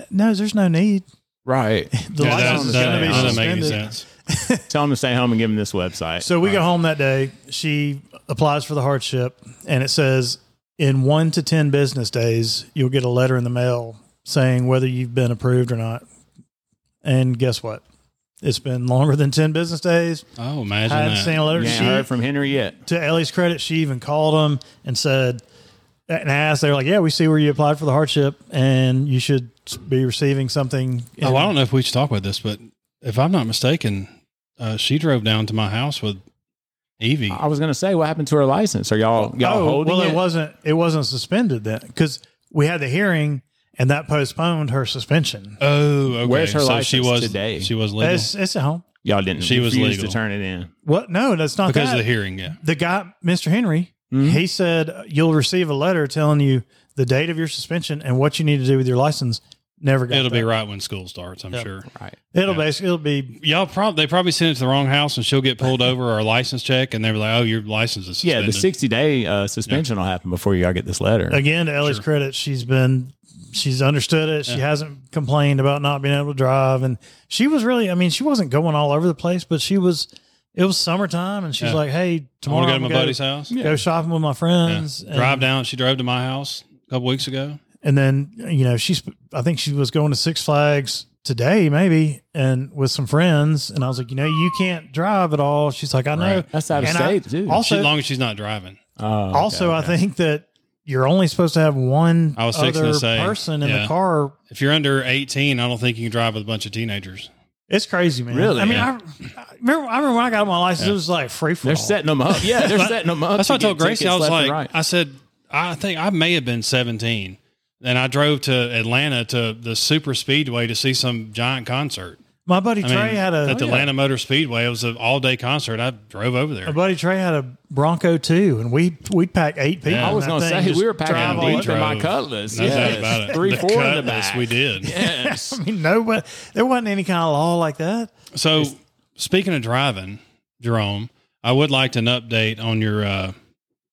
[SPEAKER 2] "No, there's no need.
[SPEAKER 3] right.
[SPEAKER 2] The
[SPEAKER 1] Yeah, that,
[SPEAKER 2] license
[SPEAKER 1] that,
[SPEAKER 2] is going to be
[SPEAKER 1] that doesn't make any
[SPEAKER 2] suspended."
[SPEAKER 1] sense.
[SPEAKER 3] Tell him to stay home and give him this website.
[SPEAKER 2] So we go home that day. She applies for the hardship, and it says, "In one to ten business days, you'll get a letter in the mail saying whether you've been approved or not." And guess what? It's been longer than ten business days.
[SPEAKER 1] Oh,
[SPEAKER 2] I
[SPEAKER 1] imagine
[SPEAKER 2] hadn't
[SPEAKER 1] that.
[SPEAKER 2] seen a letter.
[SPEAKER 3] you
[SPEAKER 2] She-
[SPEAKER 3] ain't heard from Henry yet.
[SPEAKER 2] to Ellie's credit, she even called him and said, and asked, they were like, yeah, we see where you applied for the hardship and you should be receiving something. in-
[SPEAKER 1] Oh, I don't know if we should talk about this, but if I'm not mistaken, uh, she drove down to my house with Evie.
[SPEAKER 3] I was gonna say, what happened to her license? Are y'all y'all
[SPEAKER 2] Oh,
[SPEAKER 3] holding
[SPEAKER 2] well,
[SPEAKER 3] it?
[SPEAKER 2] it wasn't, it wasn't suspended then because we had the hearing and that postponed her suspension.
[SPEAKER 1] oh, okay.
[SPEAKER 3] Where's her
[SPEAKER 1] so
[SPEAKER 3] license
[SPEAKER 1] she was
[SPEAKER 3] today?
[SPEAKER 1] She was legal
[SPEAKER 2] It's, it's at home.
[SPEAKER 3] y'all didn't.
[SPEAKER 1] She was
[SPEAKER 3] refuse
[SPEAKER 1] legal.
[SPEAKER 3] to turn it in.
[SPEAKER 2] What? No, that's not
[SPEAKER 1] because
[SPEAKER 2] that.
[SPEAKER 1] of the hearing. Yeah. Mm-hmm.
[SPEAKER 2] the guy, Mr. Henry, he said, you'll receive a letter telling you the date of your suspension and what you need to do with your license. Never got
[SPEAKER 1] It'll be
[SPEAKER 2] that.
[SPEAKER 1] right when school starts, I'm
[SPEAKER 2] Yep.
[SPEAKER 1] sure.
[SPEAKER 3] Right.
[SPEAKER 2] It'll
[SPEAKER 1] yeah.
[SPEAKER 2] basically it'll be
[SPEAKER 1] Y'all probably they probably sent it to the wrong house, and she'll get pulled over or a license check, and they're like, "Oh, your license is
[SPEAKER 3] Yeah,
[SPEAKER 1] suspended."
[SPEAKER 3] the 60 day uh, suspension will happen before y'all get this letter.
[SPEAKER 2] again to Ellie's
[SPEAKER 1] Sure.
[SPEAKER 2] credit. She's been she's understood it. She
[SPEAKER 1] Yeah.
[SPEAKER 2] hasn't complained about not being able to drive, and she was really. I mean, she wasn't going all over the place, but she was. It was summertime, and she's
[SPEAKER 1] Yeah.
[SPEAKER 2] like, "Hey,
[SPEAKER 1] I want
[SPEAKER 2] tomorrow
[SPEAKER 1] to go
[SPEAKER 2] I'm
[SPEAKER 1] to my
[SPEAKER 2] gonna
[SPEAKER 1] buddy's house.
[SPEAKER 2] go shopping with my friends.
[SPEAKER 1] Yeah.
[SPEAKER 2] and-
[SPEAKER 1] Drive down. She drove to my house a couple weeks ago.
[SPEAKER 2] and then you know she's i think she was going to six flags today maybe and with some friends and i was like you know you can't drive at all she's like i know
[SPEAKER 1] Right.
[SPEAKER 3] That's out of
[SPEAKER 2] And I-
[SPEAKER 3] state, too.
[SPEAKER 2] also
[SPEAKER 1] She, as long as she's not driving.
[SPEAKER 3] Oh, okay,
[SPEAKER 2] also
[SPEAKER 3] okay.
[SPEAKER 2] i think that you're only supposed to have one
[SPEAKER 1] I was fixing to
[SPEAKER 2] other
[SPEAKER 1] say,
[SPEAKER 2] person in
[SPEAKER 1] yeah.
[SPEAKER 2] the car
[SPEAKER 1] If you're under 18, I don't think you can drive with a bunch of teenagers.
[SPEAKER 2] it's crazy man
[SPEAKER 3] Really?
[SPEAKER 2] i mean
[SPEAKER 1] Yeah.
[SPEAKER 2] I, I remember i remember when i got my license it was like free for
[SPEAKER 3] They're
[SPEAKER 2] all.
[SPEAKER 3] setting them up. Yeah, they're setting them up.
[SPEAKER 1] That's
[SPEAKER 3] to
[SPEAKER 1] what I told
[SPEAKER 3] get
[SPEAKER 1] Gracie.
[SPEAKER 3] tickets
[SPEAKER 1] I was
[SPEAKER 3] left and
[SPEAKER 1] like,
[SPEAKER 3] right.
[SPEAKER 1] I said, I think I may have been 17, and I drove to Atlanta to the Super Speedway to see some giant concert.
[SPEAKER 2] my buddy
[SPEAKER 1] I
[SPEAKER 2] trey
[SPEAKER 1] mean,
[SPEAKER 2] had a
[SPEAKER 1] at
[SPEAKER 3] Oh,
[SPEAKER 1] the Atlanta Motor Speedway. It was an all day concert. I drove over there.
[SPEAKER 2] my buddy Trey had a Bronco too, and we we'd pack eight people.
[SPEAKER 1] Yeah.
[SPEAKER 3] I
[SPEAKER 2] in
[SPEAKER 3] was
[SPEAKER 2] that
[SPEAKER 3] going to
[SPEAKER 2] thing,
[SPEAKER 3] say,
[SPEAKER 2] just
[SPEAKER 3] we were
[SPEAKER 2] drive
[SPEAKER 3] packing
[SPEAKER 2] all
[SPEAKER 1] we
[SPEAKER 2] over.
[SPEAKER 3] deep in my
[SPEAKER 1] drove.
[SPEAKER 3] Cutlass.
[SPEAKER 1] No
[SPEAKER 3] yes.
[SPEAKER 1] doubt about it.
[SPEAKER 3] Three,
[SPEAKER 1] The
[SPEAKER 3] four in the
[SPEAKER 1] Cutlass,
[SPEAKER 3] back.
[SPEAKER 1] we did.
[SPEAKER 3] Yes.
[SPEAKER 2] I mean, no, but there wasn't any kind of law like that.
[SPEAKER 1] So speaking of driving, Jerome, I would like an update on your uh,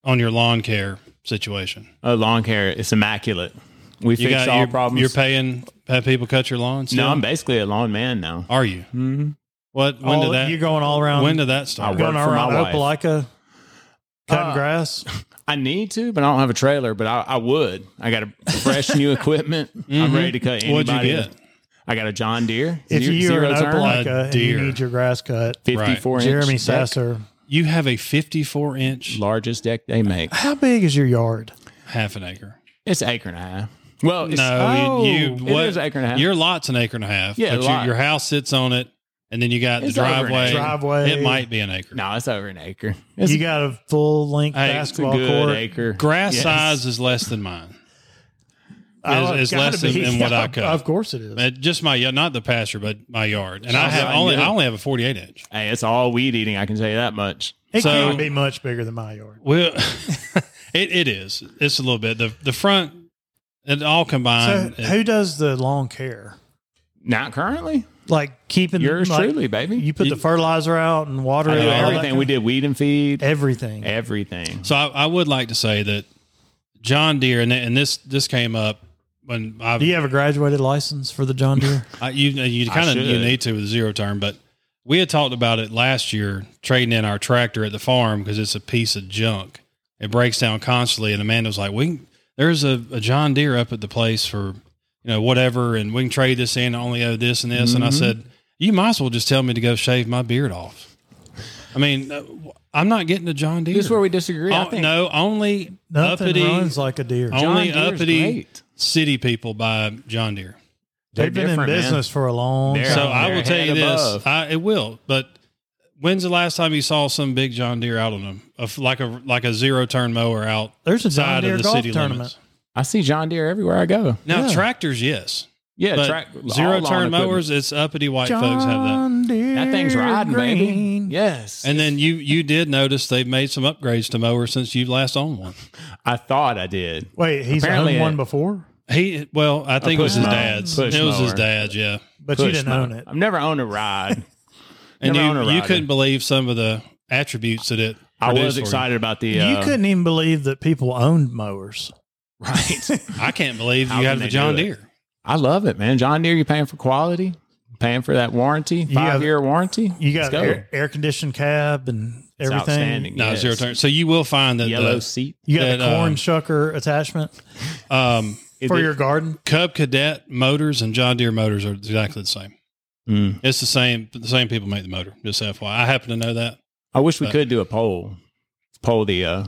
[SPEAKER 1] on your lawn care situation.
[SPEAKER 3] Uh, lawn care, it's immaculate. We
[SPEAKER 1] You
[SPEAKER 3] fixed
[SPEAKER 1] got
[SPEAKER 3] all
[SPEAKER 1] your
[SPEAKER 3] problems.
[SPEAKER 1] You're paying have people cut your lawn. still?
[SPEAKER 3] no, I'm basically a lawn man now.
[SPEAKER 1] Are you?
[SPEAKER 3] Mm-hmm.
[SPEAKER 1] What? When
[SPEAKER 2] all,
[SPEAKER 1] did that?
[SPEAKER 2] you're going all around.
[SPEAKER 1] when did that
[SPEAKER 3] um, I
[SPEAKER 1] start?
[SPEAKER 3] work
[SPEAKER 2] going
[SPEAKER 3] for
[SPEAKER 2] around
[SPEAKER 3] my wife.
[SPEAKER 2] Opelika, cutting
[SPEAKER 3] Uh,
[SPEAKER 2] grass.
[SPEAKER 3] I need to, but I don't have a trailer. But I, I would. I got a fresh new equipment. I'm
[SPEAKER 1] Mhm.
[SPEAKER 3] ready to cut anybody.
[SPEAKER 1] What'd you get?
[SPEAKER 3] I got a John Deere.
[SPEAKER 2] If
[SPEAKER 3] zero-
[SPEAKER 2] you're
[SPEAKER 3] zero
[SPEAKER 2] an
[SPEAKER 3] turn,
[SPEAKER 1] Uh,
[SPEAKER 2] Opelika and you
[SPEAKER 1] deer.
[SPEAKER 2] need your grass cut,
[SPEAKER 3] 54 inch
[SPEAKER 2] Jeremy
[SPEAKER 3] deck,
[SPEAKER 2] Sasser,
[SPEAKER 1] You have a 54 inch,
[SPEAKER 3] largest deck they make.
[SPEAKER 2] how big is your yard?
[SPEAKER 1] half an acre.
[SPEAKER 3] It's an acre and a half. Well, it's, oh,
[SPEAKER 1] No, you,
[SPEAKER 3] it
[SPEAKER 1] you what?
[SPEAKER 3] is an acre and a half.
[SPEAKER 1] Your lot's an acre and a half.
[SPEAKER 3] Yeah,
[SPEAKER 1] but
[SPEAKER 3] a lot.
[SPEAKER 1] your, your house sits on it, and then you got
[SPEAKER 3] It's
[SPEAKER 1] the
[SPEAKER 3] over an
[SPEAKER 1] driveway.
[SPEAKER 3] acre.
[SPEAKER 2] Driveway.
[SPEAKER 1] It might be an acre.
[SPEAKER 3] no, it's over an acre. It's,
[SPEAKER 2] you got a full length
[SPEAKER 1] Hey, it's a
[SPEAKER 3] it's a
[SPEAKER 2] basketball
[SPEAKER 3] good
[SPEAKER 2] court.
[SPEAKER 3] acre.
[SPEAKER 1] Grass
[SPEAKER 3] Yes.
[SPEAKER 1] size is less than mine.
[SPEAKER 2] Oh,
[SPEAKER 1] is- is
[SPEAKER 2] gotta
[SPEAKER 1] less than-
[SPEAKER 2] be.
[SPEAKER 1] than what I cut.
[SPEAKER 2] Of course it is.
[SPEAKER 1] Uh, just my yard, not the pasture, but my yard. And I
[SPEAKER 3] Sounds
[SPEAKER 1] have
[SPEAKER 3] like
[SPEAKER 1] only
[SPEAKER 3] you.
[SPEAKER 1] I only have a 48 inch.
[SPEAKER 3] Hey, it's all weed eating. I can tell you that much.
[SPEAKER 2] it
[SPEAKER 1] so-
[SPEAKER 2] can't be much bigger than my yard.
[SPEAKER 1] Well, it, it is. It's a little bit the the front and all
[SPEAKER 2] So
[SPEAKER 3] Um,
[SPEAKER 1] combined. it-
[SPEAKER 2] who does the lawn care?
[SPEAKER 3] Not currently.
[SPEAKER 2] Like keeping
[SPEAKER 3] Yours
[SPEAKER 2] like,
[SPEAKER 3] truly, baby.
[SPEAKER 2] You put
[SPEAKER 1] You-
[SPEAKER 2] the fertilizer out and water
[SPEAKER 3] I
[SPEAKER 2] it.
[SPEAKER 3] do
[SPEAKER 2] all that
[SPEAKER 3] everything.
[SPEAKER 2] kind
[SPEAKER 3] We
[SPEAKER 2] of-
[SPEAKER 3] did weed and feed.
[SPEAKER 2] everything.
[SPEAKER 3] Everything.
[SPEAKER 1] so I, I would like to say that John Deere and and this this came up when I
[SPEAKER 2] Do you have a graduated license for the John Deere?
[SPEAKER 1] I, you you
[SPEAKER 3] I
[SPEAKER 1] kind of
[SPEAKER 3] should.
[SPEAKER 1] you need to with zero turn, but we had talked about it last year trading in our tractor at the farm because it's a piece of junk. It breaks down constantly, and Amanda was like, "We can- there's a, a John Deere up at the place for you know whatever, and we can trade this in. I only owe this and this." And I
[SPEAKER 3] Mm-hmm.
[SPEAKER 1] said, "You might as well just tell me to go shave my beard off." I mean, uh, I'm not getting a John Deere.
[SPEAKER 3] This is where we disagree. I
[SPEAKER 1] Oh,
[SPEAKER 3] think
[SPEAKER 1] no, only
[SPEAKER 2] Nothing
[SPEAKER 1] uppity,
[SPEAKER 2] runs like a deer.
[SPEAKER 1] I'll-
[SPEAKER 3] John
[SPEAKER 1] only
[SPEAKER 3] Deere's
[SPEAKER 1] uppity-
[SPEAKER 3] great.
[SPEAKER 1] city people buy John Deere.
[SPEAKER 3] They're
[SPEAKER 2] They've been in
[SPEAKER 3] different, man.
[SPEAKER 2] business for a long
[SPEAKER 3] They're-
[SPEAKER 2] time.
[SPEAKER 1] So I
[SPEAKER 3] their
[SPEAKER 1] will tell
[SPEAKER 3] head
[SPEAKER 1] you this:
[SPEAKER 3] above.
[SPEAKER 1] I, it will. But when's the last time you saw some big John Deere out on them, of like a like a zero turn mower out
[SPEAKER 2] There's a John
[SPEAKER 1] side
[SPEAKER 2] Deere
[SPEAKER 1] of the
[SPEAKER 2] golf
[SPEAKER 1] city
[SPEAKER 2] tournament.
[SPEAKER 1] limits?
[SPEAKER 3] I see John Deere everywhere I go.
[SPEAKER 1] Now
[SPEAKER 2] Yeah.
[SPEAKER 1] tractors, yes,
[SPEAKER 3] Yeah,
[SPEAKER 1] but
[SPEAKER 3] track- all
[SPEAKER 1] zero
[SPEAKER 3] lawn
[SPEAKER 1] turn
[SPEAKER 3] equipment.
[SPEAKER 1] mowers, it's uppity white folks have that.
[SPEAKER 2] Deere
[SPEAKER 3] That thing's riding,
[SPEAKER 2] green.
[SPEAKER 3] baby. Yes.
[SPEAKER 1] And then you you did notice they've made some upgrades to mowers since you last owned one.
[SPEAKER 3] I thought I did.
[SPEAKER 2] Wait, he's
[SPEAKER 3] Apparently
[SPEAKER 2] owned one
[SPEAKER 3] it-
[SPEAKER 2] before,
[SPEAKER 1] He well, I think it was
[SPEAKER 3] push
[SPEAKER 1] his
[SPEAKER 3] mower.
[SPEAKER 1] dad's.
[SPEAKER 3] Push
[SPEAKER 1] it was his
[SPEAKER 3] mower.
[SPEAKER 1] dad's, yeah.
[SPEAKER 2] but you
[SPEAKER 3] Push
[SPEAKER 2] didn't
[SPEAKER 3] mower.
[SPEAKER 2] own it.
[SPEAKER 3] I've never owned a ride.
[SPEAKER 1] And
[SPEAKER 3] Never owned
[SPEAKER 1] you,
[SPEAKER 3] a
[SPEAKER 1] you
[SPEAKER 3] Ryder.
[SPEAKER 1] couldn't believe some of the attributes that it.
[SPEAKER 3] I
[SPEAKER 1] produced
[SPEAKER 3] was
[SPEAKER 1] for you.
[SPEAKER 3] excited about the. Uh,
[SPEAKER 2] you couldn't even believe that people owned mowers.
[SPEAKER 3] right?
[SPEAKER 1] I can't believe
[SPEAKER 3] How
[SPEAKER 1] you
[SPEAKER 3] can
[SPEAKER 1] had
[SPEAKER 3] they
[SPEAKER 1] the
[SPEAKER 3] do
[SPEAKER 1] John
[SPEAKER 3] it?
[SPEAKER 1] Deere.
[SPEAKER 3] I love it, man. John Deere, you paying for quality, paying for that warranty,
[SPEAKER 2] You have-
[SPEAKER 3] five year warranty.
[SPEAKER 2] You
[SPEAKER 3] Let's
[SPEAKER 2] got
[SPEAKER 3] go.
[SPEAKER 2] air, air conditioned cab and
[SPEAKER 3] It's
[SPEAKER 2] everything.
[SPEAKER 3] outstanding.
[SPEAKER 1] No,
[SPEAKER 3] yes.
[SPEAKER 1] zero turn. So you will find that
[SPEAKER 3] Yellow
[SPEAKER 1] the,
[SPEAKER 3] seat.
[SPEAKER 2] You got the
[SPEAKER 1] That,
[SPEAKER 2] corn
[SPEAKER 1] um,
[SPEAKER 2] shucker attachment
[SPEAKER 1] um,
[SPEAKER 2] for
[SPEAKER 3] It-
[SPEAKER 2] your garden.
[SPEAKER 1] Cub Cadet motors and John Deere motors are exactly the same.
[SPEAKER 3] Mm.
[SPEAKER 1] It's the same. The same people make the motor. Just FYI, I happen to know that.
[SPEAKER 3] I wish we
[SPEAKER 1] But-
[SPEAKER 3] could do a poll. Poll the uh,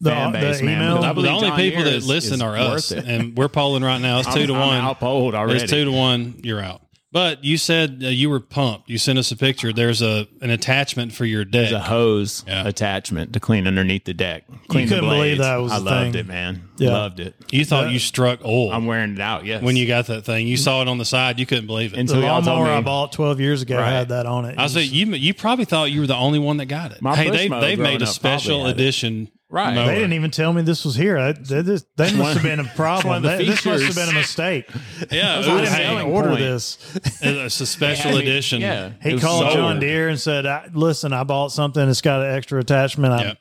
[SPEAKER 2] The,
[SPEAKER 3] fan
[SPEAKER 2] the
[SPEAKER 3] base, man.
[SPEAKER 2] email.
[SPEAKER 3] Because I
[SPEAKER 1] the
[SPEAKER 3] believe
[SPEAKER 1] only
[SPEAKER 3] John
[SPEAKER 1] people
[SPEAKER 3] Deere
[SPEAKER 1] that
[SPEAKER 3] is-
[SPEAKER 1] listen
[SPEAKER 3] is
[SPEAKER 1] are
[SPEAKER 3] worth
[SPEAKER 1] us,
[SPEAKER 3] it.
[SPEAKER 1] and we're polling right now. It's 2 to
[SPEAKER 3] I'm- I'm
[SPEAKER 1] one.
[SPEAKER 3] outpolled already.
[SPEAKER 1] It's two to one. You're out. But you said uh, you were pumped. You sent us a picture. There's a an attachment for your
[SPEAKER 3] There's a
[SPEAKER 1] deck.
[SPEAKER 3] hose
[SPEAKER 1] Yeah.
[SPEAKER 3] attachment to clean underneath the deck. Clean the
[SPEAKER 2] couldn't believe
[SPEAKER 3] blades.
[SPEAKER 2] that was
[SPEAKER 3] I
[SPEAKER 2] a
[SPEAKER 3] loved
[SPEAKER 2] thing.
[SPEAKER 3] it, man.
[SPEAKER 2] Yeah.
[SPEAKER 3] Loved it.
[SPEAKER 1] You thought you struck oil
[SPEAKER 3] I'm wearing it out. Yes.
[SPEAKER 1] when you got that thing. You saw it on the side. You couldn't believe it.
[SPEAKER 3] And
[SPEAKER 2] The
[SPEAKER 3] So y'all told
[SPEAKER 2] lawnmower
[SPEAKER 3] me-
[SPEAKER 2] I bought 12 years ago
[SPEAKER 3] Right.
[SPEAKER 2] had that on it.
[SPEAKER 1] I
[SPEAKER 2] It
[SPEAKER 1] said
[SPEAKER 2] was-
[SPEAKER 1] you you probably thought you were the only one that got it.
[SPEAKER 3] My
[SPEAKER 1] hey,
[SPEAKER 3] push
[SPEAKER 1] they
[SPEAKER 3] mode
[SPEAKER 1] they've made
[SPEAKER 3] growing
[SPEAKER 1] a
[SPEAKER 3] up
[SPEAKER 1] special
[SPEAKER 3] probably had it.
[SPEAKER 1] edition
[SPEAKER 3] Right.
[SPEAKER 1] No.
[SPEAKER 2] They didn't even tell me this was here. I, they, this, they must have been a problem.
[SPEAKER 3] one of the
[SPEAKER 2] They- this must have
[SPEAKER 3] features.
[SPEAKER 2] been a mistake.
[SPEAKER 1] Yeah,
[SPEAKER 2] I
[SPEAKER 1] it was,
[SPEAKER 2] didn't
[SPEAKER 1] hey,
[SPEAKER 2] even
[SPEAKER 3] selling
[SPEAKER 2] order
[SPEAKER 3] point.
[SPEAKER 2] this.
[SPEAKER 1] it's a special
[SPEAKER 3] Yeah, I mean,
[SPEAKER 1] edition.
[SPEAKER 3] yeah. It
[SPEAKER 2] He
[SPEAKER 3] was
[SPEAKER 2] called
[SPEAKER 3] sold.
[SPEAKER 2] John Deere and said, I, "Listen, I bought something. It's got an extra attachment. I,
[SPEAKER 1] Yep.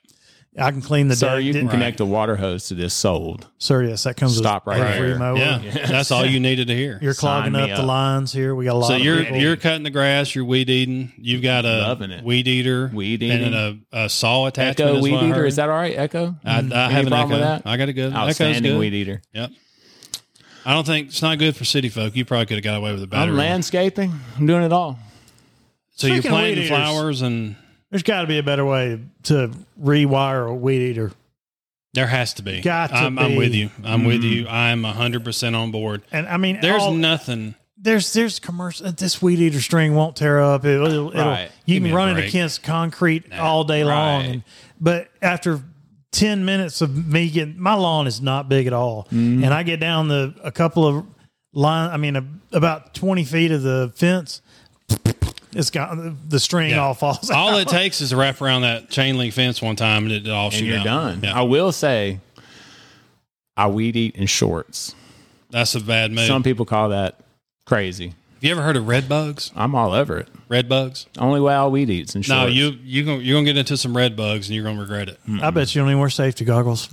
[SPEAKER 2] I can clean the
[SPEAKER 3] Sir,
[SPEAKER 2] deck.
[SPEAKER 3] you can
[SPEAKER 2] Didn't-
[SPEAKER 3] connect a water hose to this sold.
[SPEAKER 2] Sir, yes, that comes
[SPEAKER 3] Stop
[SPEAKER 2] with
[SPEAKER 3] right
[SPEAKER 2] every
[SPEAKER 3] there.
[SPEAKER 2] mower.
[SPEAKER 1] Yeah, that's all you needed to hear.
[SPEAKER 2] You're clogging
[SPEAKER 3] Sign
[SPEAKER 2] up
[SPEAKER 3] me
[SPEAKER 2] the
[SPEAKER 3] up.
[SPEAKER 2] lines here. We got a lot.
[SPEAKER 1] so
[SPEAKER 2] of
[SPEAKER 1] you're
[SPEAKER 2] people.
[SPEAKER 1] you're cutting the grass, you're weed eating. You've got a
[SPEAKER 3] Loving it.
[SPEAKER 1] weed eater,
[SPEAKER 3] Weed
[SPEAKER 1] and
[SPEAKER 3] eating.
[SPEAKER 1] then a, a saw attachment.
[SPEAKER 3] Echo
[SPEAKER 1] is
[SPEAKER 3] weed
[SPEAKER 1] what I
[SPEAKER 3] eater.
[SPEAKER 1] heard.
[SPEAKER 3] Is that all right? Echo?
[SPEAKER 1] I, I
[SPEAKER 3] Any
[SPEAKER 1] have an
[SPEAKER 3] problem
[SPEAKER 1] echo.
[SPEAKER 3] with that?
[SPEAKER 1] I got a good Echo's
[SPEAKER 3] Outstanding
[SPEAKER 1] good.
[SPEAKER 3] weed eater.
[SPEAKER 1] Yep. I don't think it's not good for city folk. You probably could have got away with a battery.
[SPEAKER 3] I'm landscaping. I'm doing it all.
[SPEAKER 1] so you're
[SPEAKER 2] Speaking of weed
[SPEAKER 1] planting
[SPEAKER 2] eaters-
[SPEAKER 1] flowers, and
[SPEAKER 2] There's got to be a better way to rewire a weed eater.
[SPEAKER 1] there has to be.
[SPEAKER 2] Got to
[SPEAKER 1] I'm, I'm
[SPEAKER 2] be.
[SPEAKER 1] with you. I'm with
[SPEAKER 3] Mm-hmm.
[SPEAKER 1] you. I'm 100 percent on board.
[SPEAKER 2] And I mean,
[SPEAKER 1] There's
[SPEAKER 2] all-
[SPEAKER 1] nothing.
[SPEAKER 2] there's there's commercial. This weed eater string won't tear up. It'll, it'll, it'll-
[SPEAKER 3] Right.
[SPEAKER 2] you
[SPEAKER 1] Give me
[SPEAKER 2] can
[SPEAKER 1] a
[SPEAKER 2] run it
[SPEAKER 1] break.
[SPEAKER 2] against concrete all day long.
[SPEAKER 3] right.
[SPEAKER 2] And, but after ten minutes of me getting my lawn is not big at all,
[SPEAKER 1] Mm-hmm.
[SPEAKER 2] and I get down the a couple of line. I mean, a, about twenty feet of the fence. It's got the- the string
[SPEAKER 1] Yeah.
[SPEAKER 2] all falls.
[SPEAKER 1] All
[SPEAKER 2] out.
[SPEAKER 1] it takes is to wrap around that chain link fence one time, and it all
[SPEAKER 3] And
[SPEAKER 1] shoot
[SPEAKER 3] you're
[SPEAKER 1] out.
[SPEAKER 3] done.
[SPEAKER 1] Yeah.
[SPEAKER 3] I will say, I weed eat in shorts.
[SPEAKER 1] That's a bad move.
[SPEAKER 3] Some people call that crazy.
[SPEAKER 1] Have you ever heard of red bugs?
[SPEAKER 3] I'm all over it.
[SPEAKER 1] Red bugs?
[SPEAKER 3] Only way I'll weed eat's in shorts.
[SPEAKER 1] No, you you gonna you're gonna get into some red bugs and you're gonna regret it.
[SPEAKER 2] I bet you don't even wear safety goggles.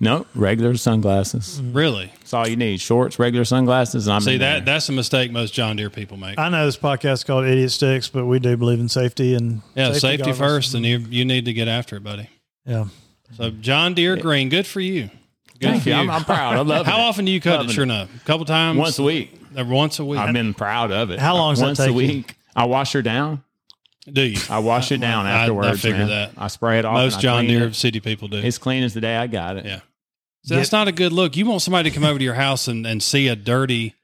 [SPEAKER 3] No, regular sunglasses.
[SPEAKER 1] Really?
[SPEAKER 3] That's all you need. Shorts, regular sunglasses, and I'm
[SPEAKER 1] Mm-hmm. See
[SPEAKER 3] in
[SPEAKER 1] that
[SPEAKER 3] there.
[SPEAKER 1] that's a mistake most John Deere people
[SPEAKER 3] Uh,
[SPEAKER 1] make.
[SPEAKER 2] I know this podcast is called Idiot Sticks, but we do believe in safety and
[SPEAKER 1] yeah, safety,
[SPEAKER 2] goggles.
[SPEAKER 1] first, and you you need to get after it, buddy.
[SPEAKER 2] Yeah.
[SPEAKER 1] So John Deere Green, good for you. Good
[SPEAKER 3] Thank
[SPEAKER 1] for
[SPEAKER 3] you. I'm, I'm proud. I love
[SPEAKER 1] How
[SPEAKER 3] it.
[SPEAKER 1] often do you cut
[SPEAKER 3] Loving
[SPEAKER 1] it? Sure
[SPEAKER 3] it.
[SPEAKER 1] enough, a couple times
[SPEAKER 3] Once a week.
[SPEAKER 1] Uh, once a week.
[SPEAKER 3] I've been proud of it.
[SPEAKER 2] How long does that
[SPEAKER 3] Once
[SPEAKER 2] take
[SPEAKER 3] a
[SPEAKER 2] you?
[SPEAKER 3] week. I wash her down.
[SPEAKER 1] do you?
[SPEAKER 3] I wash it down
[SPEAKER 1] I- I
[SPEAKER 3] afterwards.
[SPEAKER 1] figured
[SPEAKER 3] man.
[SPEAKER 1] that.
[SPEAKER 3] I spray it off. and
[SPEAKER 1] most
[SPEAKER 3] I
[SPEAKER 1] John
[SPEAKER 3] clean
[SPEAKER 1] Deere
[SPEAKER 3] it.
[SPEAKER 1] city people do.
[SPEAKER 3] It's clean as the day I got it.
[SPEAKER 1] Yeah. So that's not a good look. You want somebody to come over to your house and, and see a dirty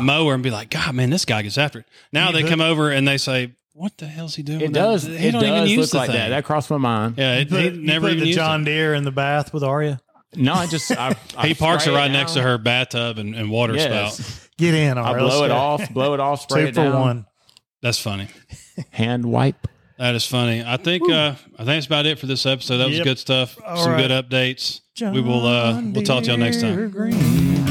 [SPEAKER 1] mower and be like, God, man, this guy gets after it. Now they come over and they say, What the hell's he doing?
[SPEAKER 3] It does.
[SPEAKER 1] He
[SPEAKER 3] it
[SPEAKER 1] don't even
[SPEAKER 3] does
[SPEAKER 1] use
[SPEAKER 3] look
[SPEAKER 1] the
[SPEAKER 3] like
[SPEAKER 1] thing.
[SPEAKER 3] that. That crossed my mind.
[SPEAKER 1] yeah, it,
[SPEAKER 2] Put,
[SPEAKER 1] he
[SPEAKER 2] you
[SPEAKER 1] never
[SPEAKER 2] put
[SPEAKER 1] even
[SPEAKER 2] the
[SPEAKER 1] used
[SPEAKER 2] John
[SPEAKER 1] it.
[SPEAKER 2] Deere in the bath with Arya.
[SPEAKER 3] No, I just I, I
[SPEAKER 1] He parks it
[SPEAKER 3] spray
[SPEAKER 1] right next
[SPEAKER 3] down.
[SPEAKER 1] to her bathtub and, and water
[SPEAKER 3] Yes.
[SPEAKER 1] spout.
[SPEAKER 2] Get in,
[SPEAKER 3] I
[SPEAKER 2] Arya. Let's
[SPEAKER 3] blow it
[SPEAKER 2] go.
[SPEAKER 3] off. Blow it off. Spray
[SPEAKER 2] Two
[SPEAKER 3] it
[SPEAKER 2] for
[SPEAKER 3] down.
[SPEAKER 2] one.
[SPEAKER 1] That's funny.
[SPEAKER 3] Hand wipe.
[SPEAKER 1] That is funny. I think uh, I think that's about it for this episode. That was
[SPEAKER 2] Yep.
[SPEAKER 1] good stuff.
[SPEAKER 2] All
[SPEAKER 1] Some
[SPEAKER 2] right.
[SPEAKER 1] good updates. we will uh, we'll talk to y'all next time.
[SPEAKER 2] John Deere Green.